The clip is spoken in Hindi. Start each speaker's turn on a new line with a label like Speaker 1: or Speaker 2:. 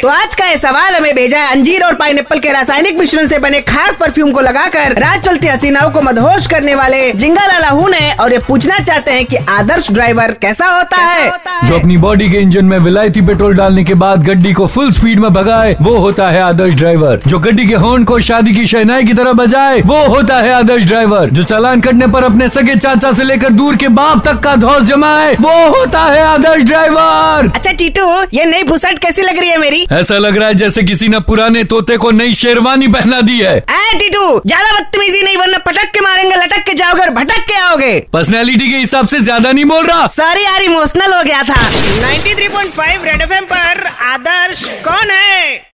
Speaker 1: तो आज का ये सवाल हमें भेजा है अंजीर और पाइनएप्पल के रासायनिक मिश्रण से बने खास परफ्यूम को लगाकर रात चलती हसीनाओं को मदहोश करने वाले जिंगा लाला हून है और ये पूछना चाहते हैं कि आदर्श ड्राइवर कैसा होता है
Speaker 2: जो अपनी बॉडी के इंजन में विलायती पेट्रोल डालने के बाद गड्डी को फुल स्पीड में भगाए वो होता है आदर्श ड्राइवर जो गड्डी के हॉर्न को शादी की शहनाई की तरह बजाए वो होता है आदर्श ड्राइवर जो चालान कटने पर अपने सगे चाचा से लेकर दूर के बाप तक का धौस जमाए वो होता है आदर्श ड्राइवर
Speaker 1: अच्छा टीटू ये नई भुसट कैसी लग रही है मेरी
Speaker 2: ऐसा लग रहा है जैसे किसी ने पुराने तोते को नई शेरवानी पहना दी है
Speaker 1: ऐ टीटू ज्यादा बदतमीजी नहीं वरना पटक के मारेंगे लटक के जाओगे और भटक के आओगे
Speaker 2: पर्सनैलिटी के हिसाब से ज्यादा नहीं बोल रहा
Speaker 1: सॉरी यार इमोशनल हो गया था
Speaker 3: 93.5 रेड एफएम पर आदर्श कौन है